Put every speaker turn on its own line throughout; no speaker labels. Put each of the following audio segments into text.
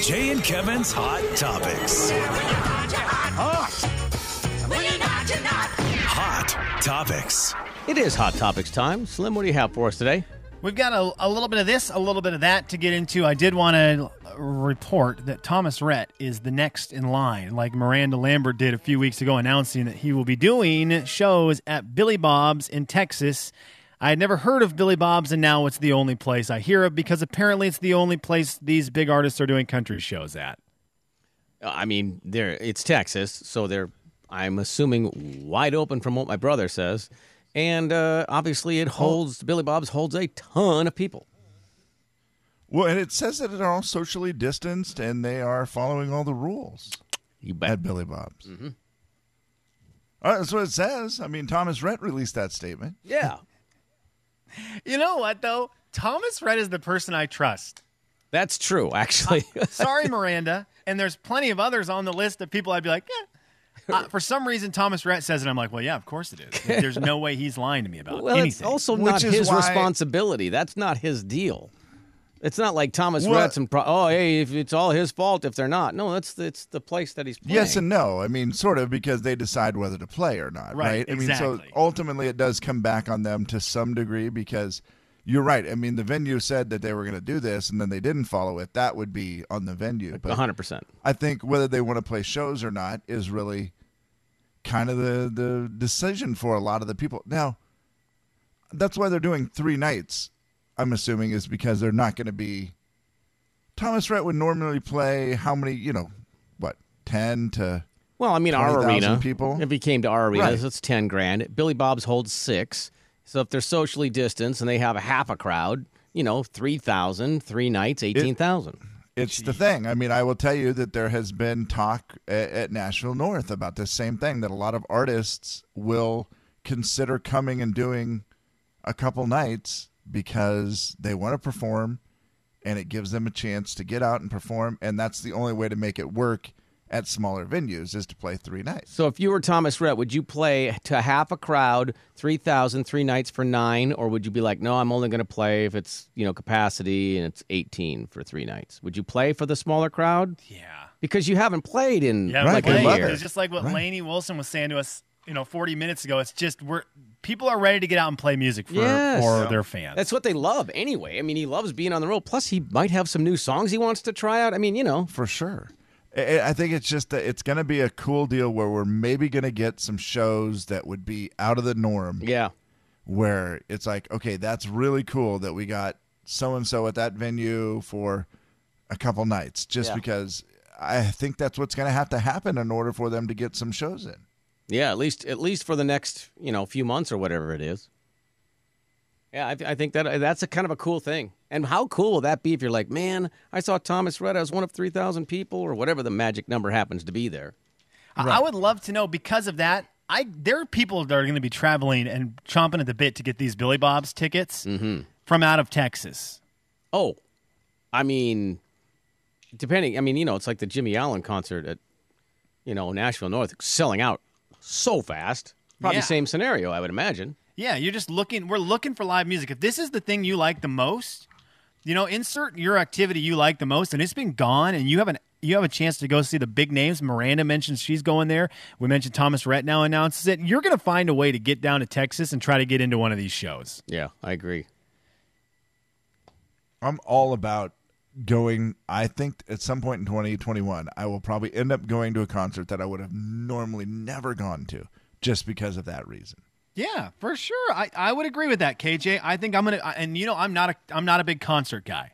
Jay and Kevin's Hot Topics. Hot Topics.
It is Hot Topics time. Slim, what do you have for us today?
We've got a, a little bit of this, a little bit of that to get into. I did want to report that Thomas Rhett is the next in line, like Miranda Lambert did a few weeks ago, announcing that he will be doing shows at Billy Bob's in Texas. I had never heard of Billy Bob's, and now it's the only place I hear of because apparently it's the only place these big artists are doing country shows at.
Uh, I mean, they're, it's Texas, so they're, I'm assuming, wide open from what my brother says. And uh, obviously, it holds, Billy Bob's holds a ton of people.
Well, and it says that they're all socially distanced and they are following all the rules
You bet.
at Billy Bob's. Mm-hmm. that's what it says. I mean, Thomas Rhett released that statement.
Yeah.
You know what, though? Thomas Rhett is the person I trust.
That's true, actually.
Sorry, Miranda. And there's plenty of others on the list of people I'd be like, eh. Uh, for some reason, Thomas Rhett says it. I'm like, well, yeah, of course it is. Like, there's no way he's lying to me about
well, it's
anything.
also
Which
not
is
his
why-
responsibility. That's not his deal. It's not like Thomas
Well-
Rhett's and pro- oh hey, if it's all his fault if they're not. No, that's it's the place that he's playing.
Yes and no. I mean, sort of because they decide whether to play or not,
Right,
right? I mean, so
exactly.
ultimately it does come back on them to some degree because you're right. I mean, the venue said that they were going to do this and then they didn't follow it. That would be on the venue. But
hundred percent.
I think whether they want to play shows or not is really kind of the the decision for a lot of the people. Now, that's why they're doing three nights. I'm assuming is because they're not going to be. Thomas Rhett would normally play how many? You know, what ten to?
Well, I mean, our
20,000
arena.
people?
If he came to our arena,
Right.
that's ten grand. Billy Bob's holds six. So if they're socially distanced and they have a half a crowd, you know, three thousand, three nights, eighteen thousand.
It's the thing. I mean, I will tell you that there has been talk at, at Nashville North about this same thing that a lot of artists will consider coming and doing a couple nights because they want to perform and it gives them a chance to get out and perform. And that's the only way to make it work at smaller venues is to play three nights.
So if you were Thomas Rhett, would you play to half a crowd, 3,000, three nights for nine, or would you be like, no, I'm only going to play if it's you know capacity and it's 18 for three nights? Would you play for the smaller crowd
yeah.
because you haven't played in
Yeah,
like
I
a
Laney-
love
year?
it.
it's just like what Laney Wilson was saying to us, you know, 40 minutes ago. It's just we're people are ready to get out and play music for,
Yes.
for their fans.
That's what they love anyway. I mean, he loves being on the road. Plus, he might have some new songs he wants to try out. I mean, you know,
For sure. I I- I think it's just that it's going to be a cool deal where we're maybe going to get some shows that would be out of the norm.
yeah.
where it's like, okay, that's really cool that we got so and so at that venue for a couple nights, just
Yeah.
because I think that's what's going to have to happen in order for them to get some shows in.
Yeah, at least at least for the next you know few months or whatever it is. Yeah, I, th- I think that that's a kind of a cool thing. And how cool will that be if you're like, man, I saw Thomas Rhett. I was one of three thousand people or whatever the magic number happens to be there.
I- I would love to know because of that. I there are people that are going to be traveling and chomping at the bit to get these Billy Bob's tickets from out of Texas.
Oh, I mean, depending. I mean, you know, it's like the Jimmy Allen concert at you know Nashville North selling out so fast. Probably
Yeah.
same scenario, I would imagine.
Yeah, you're just looking. We're looking for live music. If this is the thing you like the most, you know, insert your activity you like the most, and it's been gone, and you have an you have a chance to go see the big names. Miranda mentions she's going there. We mentioned Thomas Rhett now announces it. You're going to find a way to get down to Texas and try to get into one of these shows.
Yeah, I agree.
I'm all about going. I think at some point in 2021, I will probably end up going to a concert that I would have normally never gone to just because of that reason.
Yeah, for sure. I, I would agree with that, KJ. I think I'm gonna, I- and you know, I'm not a I'm not a big concert guy,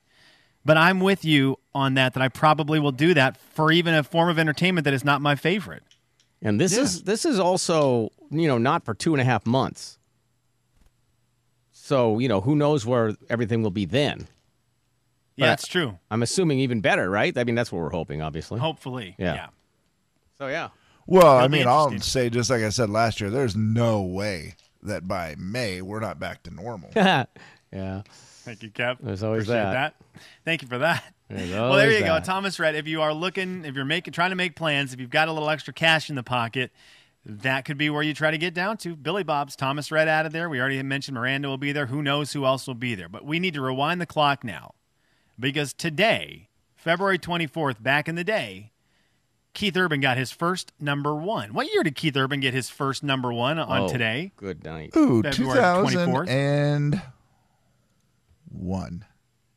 but I'm with you on that. That I probably will do that for even a form of entertainment that is not my favorite.
And this is this is also you know not for two and a half months. So you know who knows where everything will be then. But-
Yeah, that's true.
I'm assuming even better, right? I mean that's what we're hoping, obviously.
Hopefully,
Yeah.
yeah.
So yeah,
Well, I
That'll be
mean, I'll
interesting.
say, just like I said last year, there's no way that by May we're not back to normal.
yeah.
Thank you, Kev.
There's always
Appreciate
that.
Thank you for that.
There's
Well, there
always
you go,
that.
Thomas Rhett. If you are looking, if you're making, trying to make plans, if you've got a little extra cash in the pocket, that could be where you try to get down to. Billy Bob's, Thomas Rhett out of there. We already had mentioned Miranda will be there. Who knows who else will be there? But we need to rewind the clock now because today, February 24th, back in the day, Keith Urban got his first number one. What year did Keith Urban get his first number one on
Oh,
today?
Good night.
Ooh,
February 24th.
2001.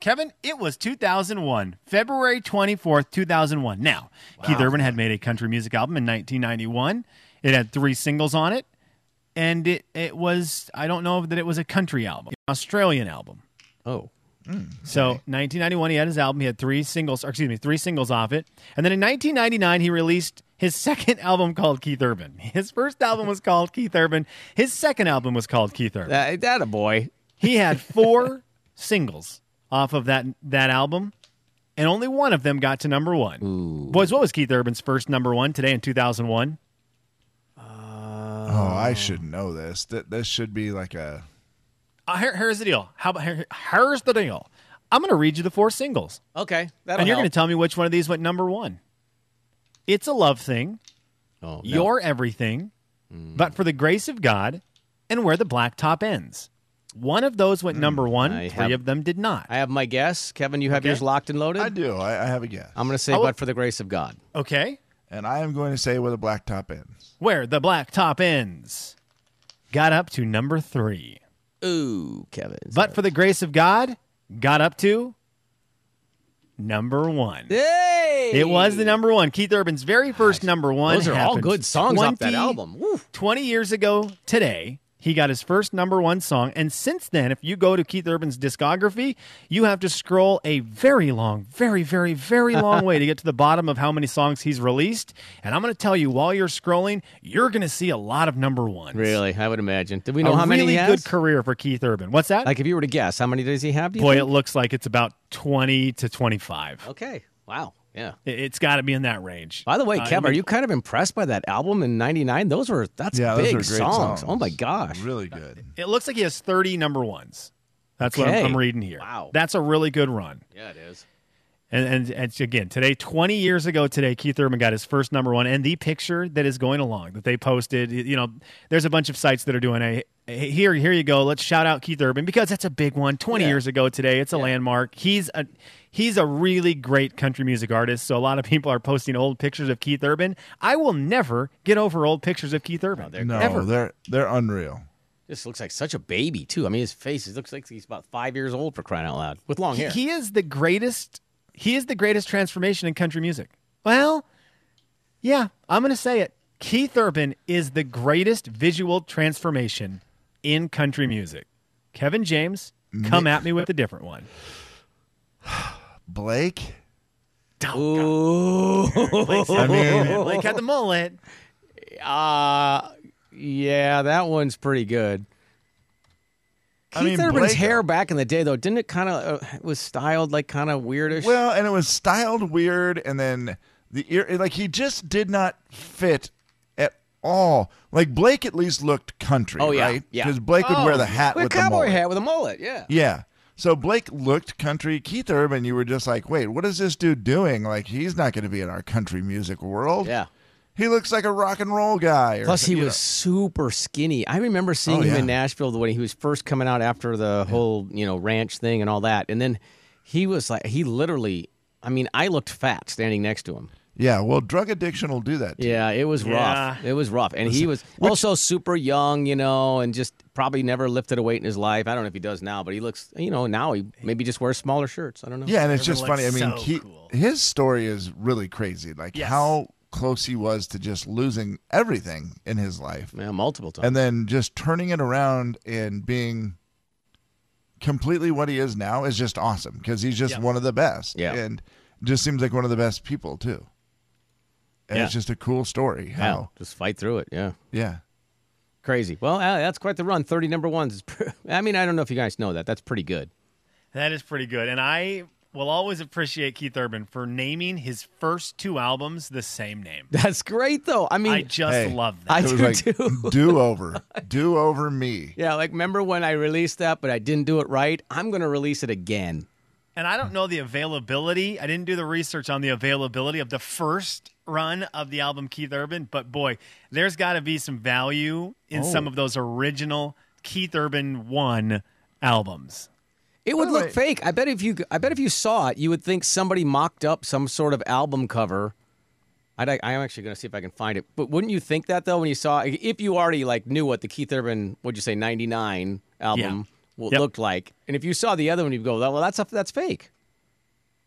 Kevin, it was 2001, February 24th, 2001. Now, Keith Urban had made a country music album in 1991. It had three singles on it, and it, it was, I don't know that it was a country album, an Australian album.
Oh,
So 1991, he had his album. He had three singles, or excuse me, three singles off it. And then in 1999, he released his second album called Keith Urban. His first album was called Keith Urban. His second album was called Keith Urban.
that, that a boy.
He had four singles off of that that album, and only one of them got to number one. Boys, what was Keith Urban's first number one today in 2001?
Oh, I should know this. Th- this should be like a.
Uh, here, here's the deal. How about here, here's the deal? I'm going to read you the four singles.
Okay, that'll
and you're going
help.
to tell me which one of these went number one. It's a love thing,
oh, no. Mm.
you're everything, but for the grace of God, and where the black top ends. One of those went number one.
Mm, I
three
have-
of them did not.
I have my guess. Kevin, you have yours locked and loaded.
I do. I, I have a guess.
I'm going to say,
I will-
but for the grace of God.
okay,
and I am going to say where the black top ends.
where the black top ends got up to number three,
Ooh, Kevin.
but for the grace of God, got up to number one.
hey,
It was the number one. Keith Urban's very first number one.
Those are all
happened
good songs off that
20
album. Woo.
20 years ago today, he got his first number one song. And since then, if you go to Keith Urban's discography, you have to scroll a very long, very, very, very long way to get to the bottom of how many songs he's released. And I'm going to tell you, while you're scrolling, you're going to see a lot of number ones.
Really, I would imagine. Did we
A
know how many
really
he has?
good career for Keith Urban. What's that?
like, if you were to guess, how many does he have? do you
Boy,
think?
it looks like it's about 20 to 25.
Okay. Wow. Yeah.
It- It's got to be in that range.
By the way,
Uh,
Kev, are you kind of impressed by that album in '99? Those were that's
Yeah, those
big
are great
songs. Oh my gosh.
Really good.
It looks like he has 30 number ones. That's what I'm,
Okay.
I'm reading here.
Wow.
That's a really good run.
Yeah, it is.
And, and, and again, today, 20 years ago today, Keith Urban got his first number one. And the picture that is going along that they posted, y- you know, there's a bunch of sites that are doing a, a- here, here you go. Let's shout out Keith Urban because that's a big one. 20
Yeah.
years ago today, it's a landmark. He's a he's a really great country music artist. So a lot of people are posting old pictures of Keith Urban. I will never get over old pictures of Keith Urban.
No,
Ever.
they're they're unreal.
This looks like such a baby too. I mean, his face. It looks like he's about five years old for crying out loud with long
he,
hair.
he is the greatest. He is the greatest transformation in country music. Well, yeah, I'm going to say it. Keith Urban is the greatest visual transformation in country music. Kevin James, come at me with a different one.
Blake.
Ooh.
I mean,
Blake had the mullet.
uh, yeah, that one's pretty good. Keith
I mean,
Urban's
Blake-
hair back in the day, though, didn't it kind of uh, it was styled like kind of weirdish?
well, and it was styled weird, and then the ear, like he just did not fit at all. Like Blake at least looked country.
Oh, yeah,
right?
yeah.
Because Blake would wear the hat
Oh, with
with
a cowboy
the mullet.
hat with a mullet. Yeah.
Yeah. So Blake looked country. Keith Urban, you were just like, wait, what is this dude doing? Like, he's not going to be in our country music world.
Yeah.
He looks like a rock and roll guy. Or,
Plus, he
you
was super skinny. I remember seeing
Oh,
him
yeah.
in Nashville when he was first coming out after the whole you know ranch thing and all that, and then he was like he literally. I mean, I looked fat standing next to him.
know. Yeah. Well, drug addiction will do that. To
Yeah, it was rough.
Yeah.
It was rough, and he was also super young, you know, and just probably never lifted a weight in his life. I don't know if he does now, but he looks, you know, now he maybe just wears smaller shirts. I don't know.
you. Yeah. And it's just
Urban
funny. I
looks
mean,
so
he,
cool.
his story is really crazy. Like,
Yes.
how close he was to just losing everything in his life
Yeah, multiple times.
and then just turning it around and being completely what he is now is just awesome because he's just
Yeah.
one of the best.
Yeah.
And just seems like one of the best people too. And it's
Yeah.
just a cool story.
yeah,
How
just fight through it. Yeah.
yeah.
Crazy. Well, uh, that's quite the run. 30 number ones. is pre- I mean, I don't know if you guys know that. That's pretty good.
That is pretty good. And I will always appreciate Keith Urban for naming his first two albums the same name.
That's great, though. I mean,
I just
Hey.
love that.
I
It was
do
like
too.
do over. Do over me.
Yeah, like remember when I released that, but I didn't do it right? I'm going to release it again.
And I don't know the availability. I didn't do the research on the availability of the first run of the album Keith Urban, but boy, there's got to be some
Oh.
value in some of those original Keith Urban 1 albums.
It would
the
look
way-
fake. I bet if you I bet if you saw it, you would think somebody mocked up some sort of album cover. I'd, I am actually going to see if I can find it. But wouldn't you think that though when you saw if you already like knew what the Keith Urban would you say 99 album w-
Yep.
looked like, and if you saw the other one, you'd go, well, that's a, that's fake.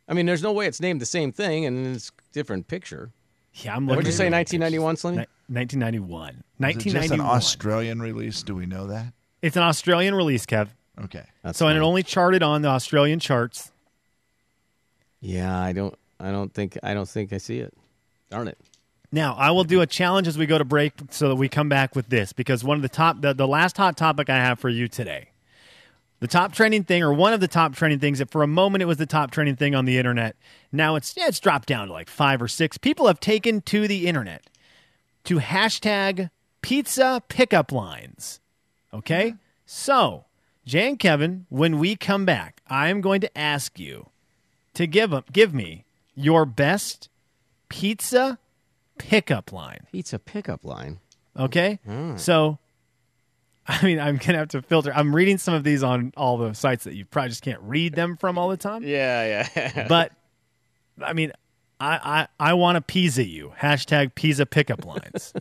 I mean, there's no way it's named the same thing and it's different picture.
Yeah, I'm looking.
What'd you say, 1991, Slim?
Ni- 1991.
Is it just an
1991.
Australian release? Do we know that?
it's an Australian release, Kev.
Okay.
That's
so and it
fine.
only charted on the Australian charts.
yeah, I don't I don't think I don't think I see it. Darn it.
Now I will do a challenge as we go to break, so that we come back with this because one of the top, the, the last hot topic I have for you today, the top trending thing or one of the top trending things that for a moment it was the top trending thing on the internet. Now it's yeah, it's dropped down to like five or six. People have taken to the internet to hashtag pizza pickup lines. Okay, so Jay and Kevin, when we come back, I am going to ask you to give up, give me your best pizza pickup line.
Pizza pickup line.
Okay.
Mm-hmm.
So, I mean, I'm going to have to filter. I'm reading some of these on all the sites that you probably just can't read them from all the time.
Yeah, yeah.
But, I mean, I, I, I want to Pisa you. Hashtag Pisa pickup lines.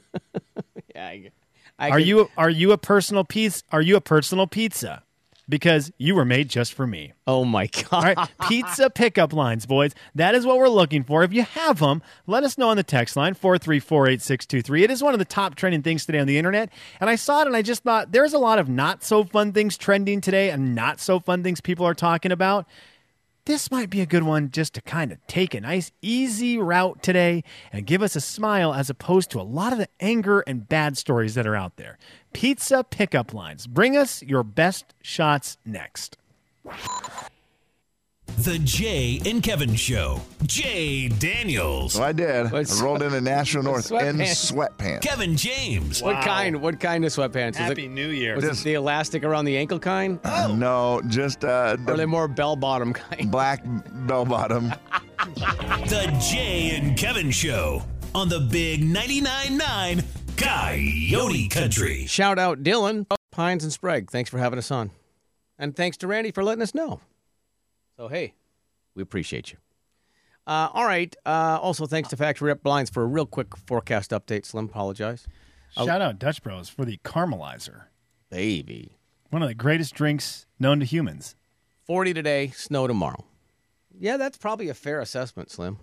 yeah I, I
are
can-
you are you a personal piece? Are you a personal pizza? Because you were made just for me.
Oh my god.
All right, pizza pickup lines, boys. That is what we're looking for. If you have them, let us know on the text line 4348623. It is one of the top trending things today on the internet, and I saw it and I just thought there's a lot of not so fun things trending today and not so fun things people are talking about. This might be a good one just to kind of take a nice easy route today and give us a smile as opposed to a lot of the anger and bad stories that are out there. Pizza pickup lines. Bring us your best shots next.
The Jay and Kevin Show. Jay Daniels.
So I did.
What
I rolled into National North in
sweatpants.
sweatpants.
Kevin James.
What kind? What kind of sweatpants? Is it,
New Year.
was it the elastic around the ankle kind?
Oh. No, just uh,
Or are they
the
more bell bottom kind?
black bell bottom.
The Jay and Kevin Show on the Big 99.9 9 Coyote Country.
Shout out Dylan, Pines and Sprague. Thanks for having us on. And thanks to Randy for letting us know. So, hey, we appreciate you. Uh, all right. Uh, also, thanks to Factory Rep Blinds for a real quick forecast update. Slim, apologize.
Shout out Dutch Bros for the caramelizer,
Baby.
one of the greatest drinks known to humans.
40 today, snow tomorrow. Yeah, that's probably a fair assessment, Slim.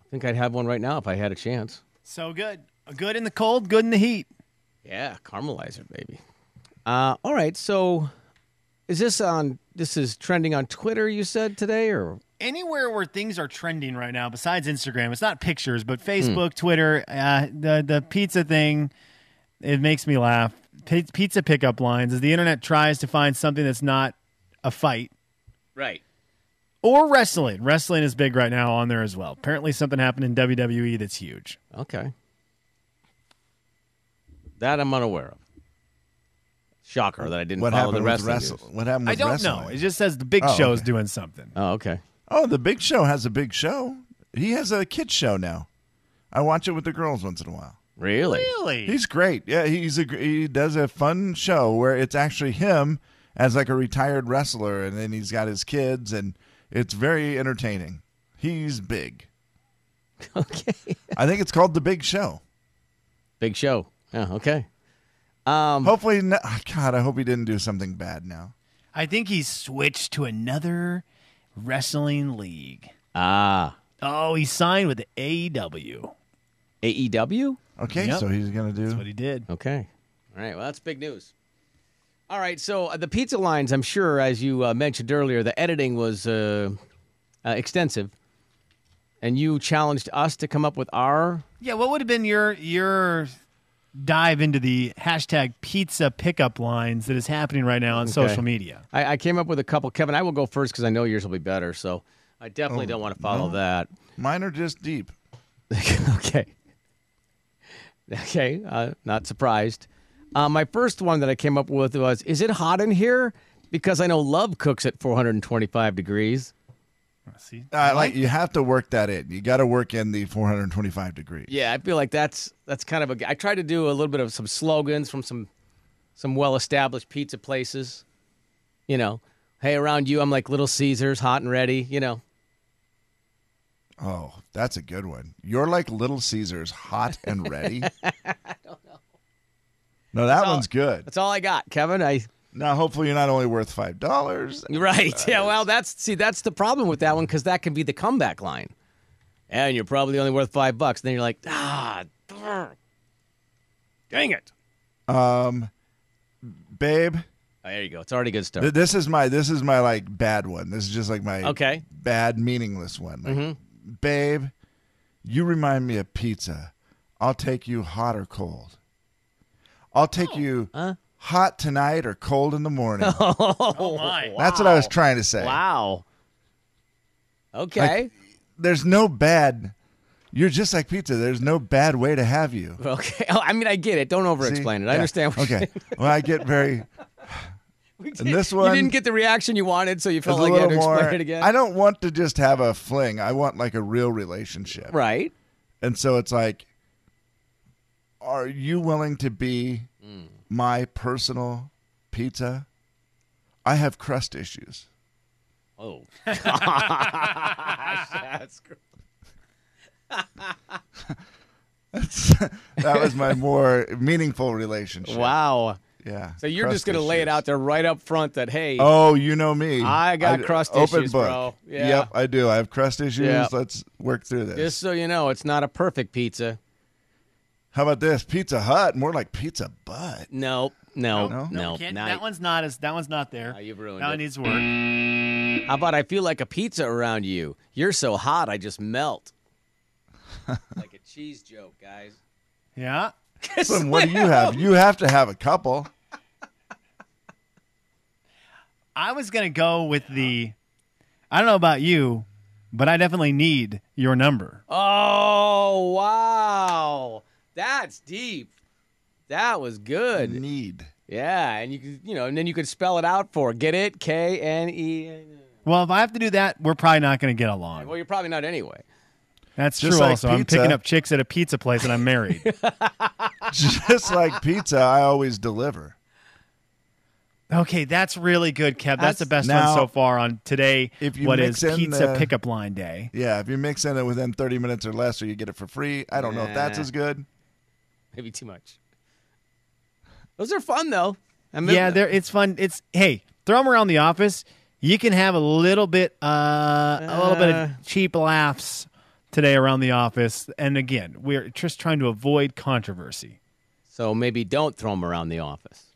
I think I'd have one right now if I had a chance.
So good. Good in the cold, good in the heat.
Yeah, caramelizer, baby. Uh, all right, so is this on? This is trending on Twitter. You said today, or
Anywhere where things are trending right now, besides Instagram, it's not pictures, but Facebook, Twitter, uh, the the pizza thing, it makes me laugh. Pi- Pizza pickup lines as the internet tries to find something that's not a fight
right?
or wrestling. Wrestling is big right now on there as well. Apparently, something happened in WWE that's huge.
Okay, that I'm unaware of. Shocker that I didn't
What
follow the
happened with
wrestling.
wrestling?
news.
What happened
I
with
don't
wrestling?
know. It just says the Big
Oh,
Show's
okay.
doing something.
Oh, okay.
Oh, the Big Show has a big show. He has a kids show now. I watch it with the girls once in a while.
Really?
Really?
He's great. Yeah, he's a gr- he does a fun show where it's actually him as like a retired wrestler, and then he's got his kids, and it's very entertaining. He's big.
Okay.
I think it's called the Big Show.
Big show. Yeah. Okay. Um.
Hopefully, no- oh, God, I hope he didn't do something bad now.
I think he's switched to another wrestling league.
Ah.
Oh, he signed with E the AEW.
E AEW.
Okay,
Yep.
so he's gonna do.
That's what he did.
Okay. All right. Well, that's big news. All right. So uh, the pizza lines, I'm sure, as you uh, mentioned earlier, the editing was uh, uh, extensive, and you challenged us to come up with our.
Yeah, what would have been your your dive into the hashtag pizza pickup lines that is happening right now on social media?
I, I came up with a couple. Kevin, I will go first because I know yours will be better. So I definitely don't want to follow that.
Mine are just deep.
okay. Okay. Uh, not surprised. Uh, my first one that I came up with was Is it hot in here? Because I know love cooks at 425 degrees.
See?
Uh, like you have to work that in. You got to work in the 425 degrees.
Yeah, I feel like that's that's kind of a. I tried to do a little bit of some slogans from some some well established pizza places, You know, hey, around you, I'm like Little Caesars, hot and ready. You know,
Oh, that's a good one. You're like Little Caesars, hot and ready. I don't know. No, that one's good.
that's all I got, Kevin. I
Now, hopefully, you're not only worth five dollars.
right, yeah. Well, that's see, that's the problem with that one because that can be the comeback line, and you're probably only worth five bucks. Then you're like, ah, brr. dang it.
Um, babe,
Oh, there you go. It's already a good start.
th- this is my this is my like bad one. This is just like my
Okay. Mm-hmm.
bad meaningless one. Like, Babe, you remind me of pizza. I'll take you hot or cold. I'll take
Oh,
you
uh-"
hot tonight or cold in the morning.
Oh my.
That's what I was trying to say.
Wow. Okay.
There's no bad. You're just like pizza. There's no bad way to have you.
okay. Oh, I mean, I get it. Don't over
See?
explain it. I
Yeah.
understand. What
Okay. Well, I get very
You're
And this
You
one-
didn't get the reaction you wanted, so you
It's
felt like you had to explain it again.
I don't want to just have a fling. I want like a real relationship.
right.
And so it's like, are you willing to be my personal pizza? I have crust issues.
Oh, gosh. That's gr-
That was my more meaningful relationship.
wow.
Yeah.
So you're
crust
just going to lay it
issues.
out there right up front that, hey,
Oh, you know me.
I got crust
open
issues,
book.
bro. Yeah.
Yep, I do. I have crust issues.
Yeah.
Let's work through this.
just so you know, it's not a perfect pizza.
How about this? Pizza Hut, more like Pizza Butt.
No, no,
No?
no.
No,
Can't-
Now-
that one's not as that one's not there.
Now you've ruined
now
it.
needs work.
How about I feel like a pizza around you? You're so hot, I just melt. like a cheese joke, guys.
Yeah.
Listen, what do you have? You have to have a couple.
I was gonna go with the. I don't know about you, but I definitely need your number.
Oh, wow. That's deep. That was good.
Need.
Yeah, and you could, you know, and then you could spell it out for get it K N E.
Well, if I have to do that, we're probably not gonna get along.
Well, you're probably not anyway.
That's
Just
true.
like
also, I'm
pizza.
picking up chicks at a pizza place, and I'm married.
Just like pizza, I always deliver.
okay, that's really good, Kev. That's,
That's-
the best
Now-
one so far on today.
If you
what
mix
is
in
pizza
the-
pickup line day?
Yeah, if you mix in it within 30 minutes or less, or you get it for free, I don't know if that's
Nah.
as good.
Maybe too much. Those are fun though. I mean,
yeah, there. It's fun. It's hey, throw them around the office. You can have a little bit, uh, a little bit
Uh.
of cheap laughs today around the office. And again, we're just trying to avoid controversy.
So maybe don't throw them around the office.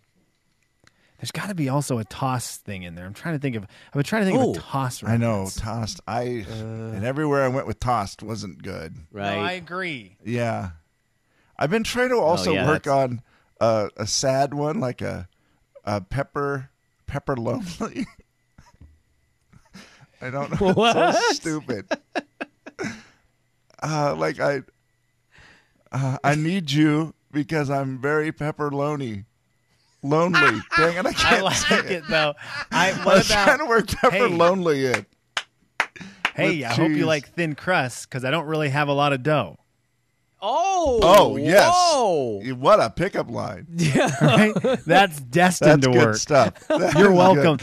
There's got to be also a toss thing in there. I'm trying to think of. I've been trying to think
Ooh.
of a toss.
I know
reference.
tossed. I Uh. and everywhere I went with tossed wasn't good.
Right.
No, I agree.
Yeah, I've been trying
Oh,
to also
yeah,
work
that's-
on a, a sad one, like a a pepper pepper lonely. I don't know. It's so
What?
stupid. uh, like I, uh, I need you because I'm very pepper lonely. Lonely. Dang it! I
I
can't say
like
it.
it though. I
I
what
was trying
about?
to work pepper
hey.
lonely in.
hey,
with
I hope
cheese.
you like thin crust because I don't really have a lot of dough.
Oh.
Oh yes!
Whoa.
What a pickup line.
Right? That's destined
That's
to
good
work.
stuff. That
You're
is good.
welcome.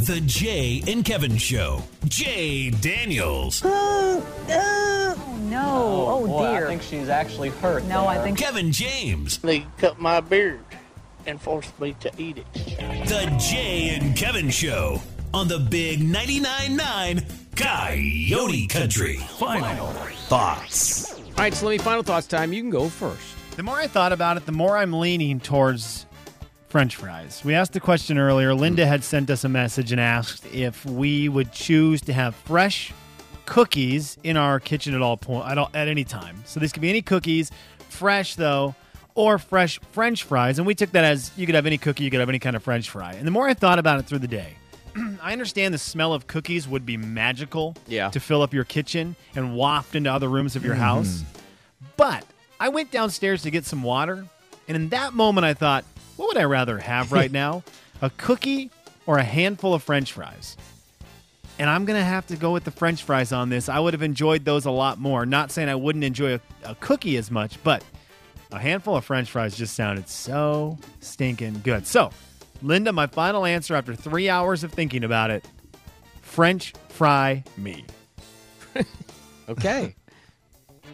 The Jay and Kevin Show. Jay Daniels.
Oh no! Oh, dear!
she's actually hurt.
no, I think
Kevin James.
They cut my beard and forced me to eat it.
The Jay and Kevin Show on the Big 99.9 9 Coyote Country. Final thoughts.
All right. So let me final thoughts time. You can go first.
The more I thought about it, the more I'm leaning towards French fries. We asked the question earlier. Linda had sent us a message and asked if we would choose to have fresh cookies in our kitchen at all point at, all, at any time. So these could be any cookies, fresh though, or fresh French fries. And we took that as you could have any cookie, you could have any kind of French fry. And the more I thought about it through the day, I understand the smell of cookies would be magical
Yeah.
to fill up your kitchen and waft into other rooms of your house. But I went downstairs to get some water, and in that moment I thought, what would I rather have right now? A cookie or a handful of french fries? And I'm going to have to go with the french fries on this. I would have enjoyed those a lot more. Not saying I wouldn't enjoy a, a cookie as much, but a handful of french fries just sounded so stinking good. So Linda, my final answer after three hours of thinking about it French fry me.
Okay.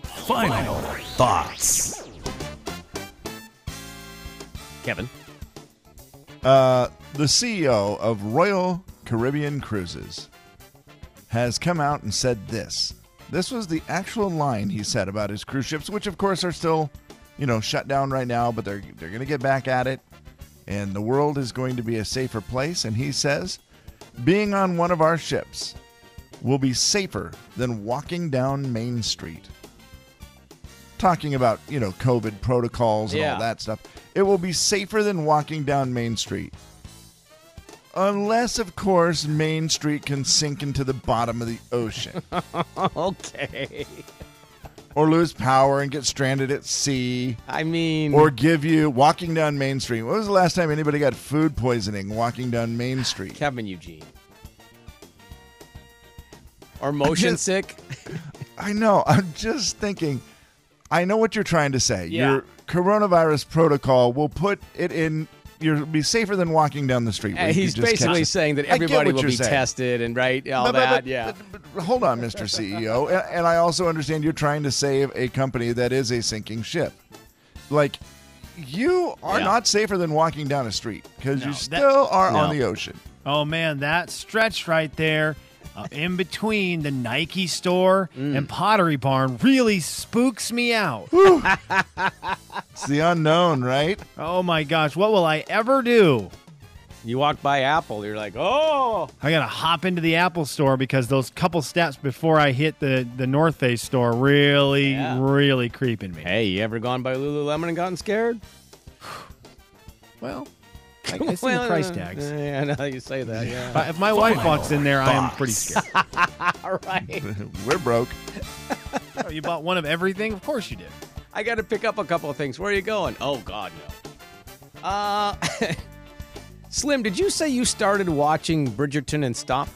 Final thoughts.
Kevin.
Uh, the CEO of Royal Caribbean Cruises has come out and said this. This was the actual line he said about his cruise ships, which of course are still, you know, shut down right now, but they're they're going to get back at it and the world is going to be a safer place and he says, "Being on one of our ships will be safer than walking down Main Street." Talking about, you know, COVID protocols and
Yeah.
all that stuff. It will be safer than walking down Main Street. Unless, of course, Main Street can sink into the bottom of the ocean
Okay.
or lose power and get stranded at sea
I mean,
or give you walking down Main Street. When was the last time anybody got food poisoning walking down Main Street?
Kevin Eugene. Or motion
just-
sick.
I know. I'm just thinking. I know what you're trying to say.
Yeah.
Your coronavirus protocol will put it in. You'll be safer than walking down the street. where
Uh,
you
he's
could just catch
basically
it.
saying that
I get
everybody
what
will
you're
be
saying.
tested and right all
But- but-
that.
but-
yeah.
but- but hold on, Mr. CEO. And, and I also understand you're trying to save a company that is a sinking ship. Like, you are
Yeah.
not safer than walking down a street because
No,
you
that-
still are
No.
on the ocean.
Oh man, that stretch right there uh, in between the Nike store
Mm.
and Pottery Barn really spooks me out.
It's the unknown, right?
oh my gosh, what will I ever do?
you walk by Apple, you're like, oh.
I gotta hop into the Apple store because those couple steps before I hit the, the North Face store really,
Yeah.
really creeping me.
Hey, you ever gone by Lululemon and gotten scared?
Well, I, I see the price tags.
uh, Yeah, I know you say that. Yeah.
But if my wife walks in there, I am pretty scared.
All right.
We're broke.
Oh, you bought one of everything? Of course you did.
I got to pick up a couple of things. Where are you going? Oh, God, no. Uh, Slim, did you say you started watching Bridgerton and stopped?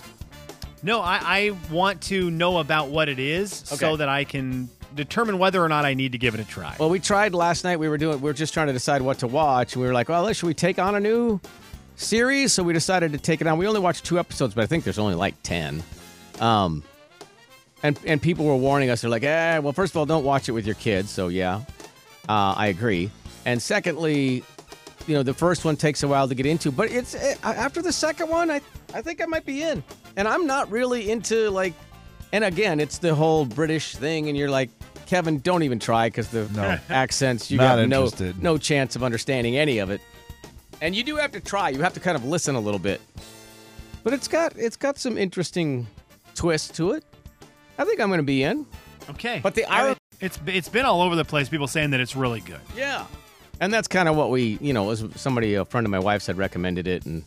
No, I, I want to know about what it is
Okay.
so that I can determine whether or not I need to give it a try.
Well, we tried last night. We were doing. We were just trying to decide what to watch. We were like, well, should we take on a new series? So we decided to take it on. We only watched two episodes, but I think there's only like ten. Um, and and people were warning us. They're like, eh, well, first of all, don't watch it with your kids. So yeah, uh, I agree. And secondly, you know, the first one takes a while to get into, but it's eh, after the second one, I I think I might be in. And I'm not really into like, and again, it's the whole British thing, and you're like. Kevin, don't even try because the accents you
Not
got no
interested.
no chance of understanding any of it. And you do have to try. You have to kind of listen a little bit. But it's got it's got some interesting twists to it. I think I'm going to be in.
okay.
But the
All right.
ir-
it's it's been all over the place. People saying that it's really good.
Yeah. And that's kind of what we, you know, was somebody a friend of my wife's had recommended it and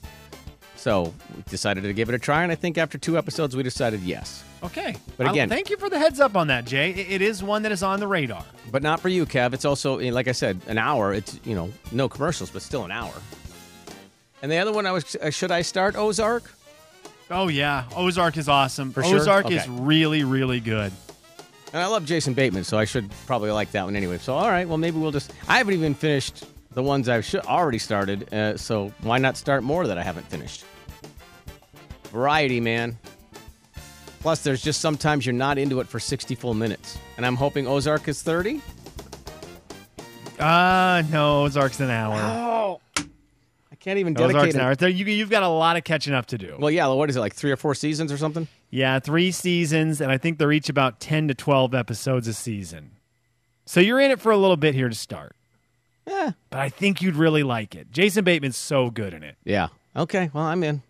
so we decided to give it a try and I think after two episodes we decided yes.
Okay.
But
I-
again-
thank you for the heads up on that, Jay. It- it is one that is on the radar.
But not for you, Kev. It's also eh, like I said, an hour. It's, you know, no commercials, but still an hour. And the other one I was uh, should I start Ozark?
Oh yeah, Ozark is awesome.
For sure?
Ozark is
Okay.
really, really good.
And I love Jason Bateman, so I should probably like that one anyway. So, all right, well, maybe we'll just. I haven't even finished the ones I've sh- already started, uh, so why not start more that I haven't finished? Variety, man. Plus, there's just sometimes you're not into it for 60 full minutes. And I'm hoping Ozark is 30.
Uh no, Ozark's an
Ah,
hour.
I can't even dedicate
Ozark's an
it.
hour. There- You, you've got a lot of catching up to do.
Well, yeah, what is it, like three or four seasons or something?
Yeah, three seasons, and I think they're each about ten to twelve episodes a season. So you're in it for a little bit here to start.
Yeah.
But I think you'd really like it. Jason Bateman's so good in it.
Yeah. Okay, well, I'm in.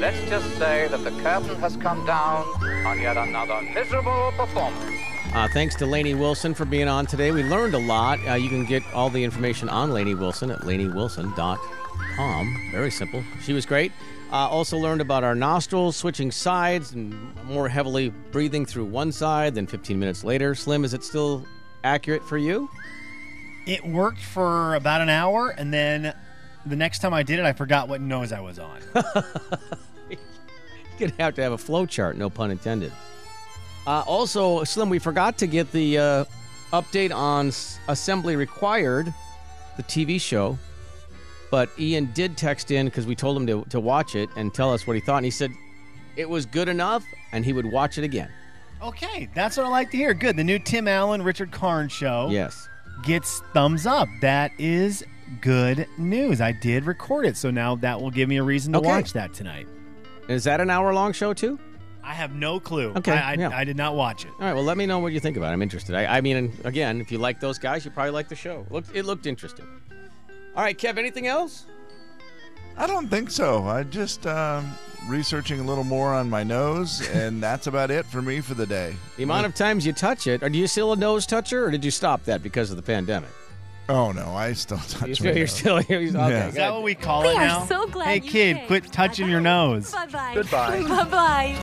Let's just say that the curtain has come down on yet another miserable performance.
Uh, thanks to Laney Wilson for being on today. We learned a lot. Uh, you can get all the information on Laney Wilson at laneywilson.com. Very simple. She was great. Uh, also learned about our nostrils switching sides and more heavily breathing through one side than 15 minutes later. Slim, is it still accurate for you?
It worked for about an hour, and then the next time I did it, I forgot what nose I was on.
You're going to have to have a flow chart, no pun intended. Uh, also, Slim, we forgot to get the uh, update on s- Assembly Required, the TV show. But Ian did text in because we told him to, to watch it and tell us what he thought. And he said it was good enough and he would watch it again.
Okay, that's what I like to hear. Good. The new Tim Allen, Richard Karn show
Yes.
gets thumbs up. That is good news. I did record it, so now that will give me a reason to
Okay.
watch that tonight.
Is that an hour long show too?
I have no clue.
Okay,
I, I,
yeah.
I did not watch it.
All right. Well, let me know what you think about. it. I'm interested. I, I mean, and again, if you like those guys, you probably like the show. Looked, it looked interesting. All right, Kev. Anything else?
I don't think so. I just um, researching a little more on my nose, and that's about it for me for the day.
The amount of times you touch it, or do you still a nose toucher, or did you stop that because of the pandemic?
Oh no, I still touch
You
my
still, you're
nose.
still. You're, okay,
Yeah.
good.
Is that what we call
We
it
are
now?
so glad
hey,
you
kid,
came.
quit touching your
Bye-bye.
nose.
Bye-bye.
Goodbye.
Bye-bye.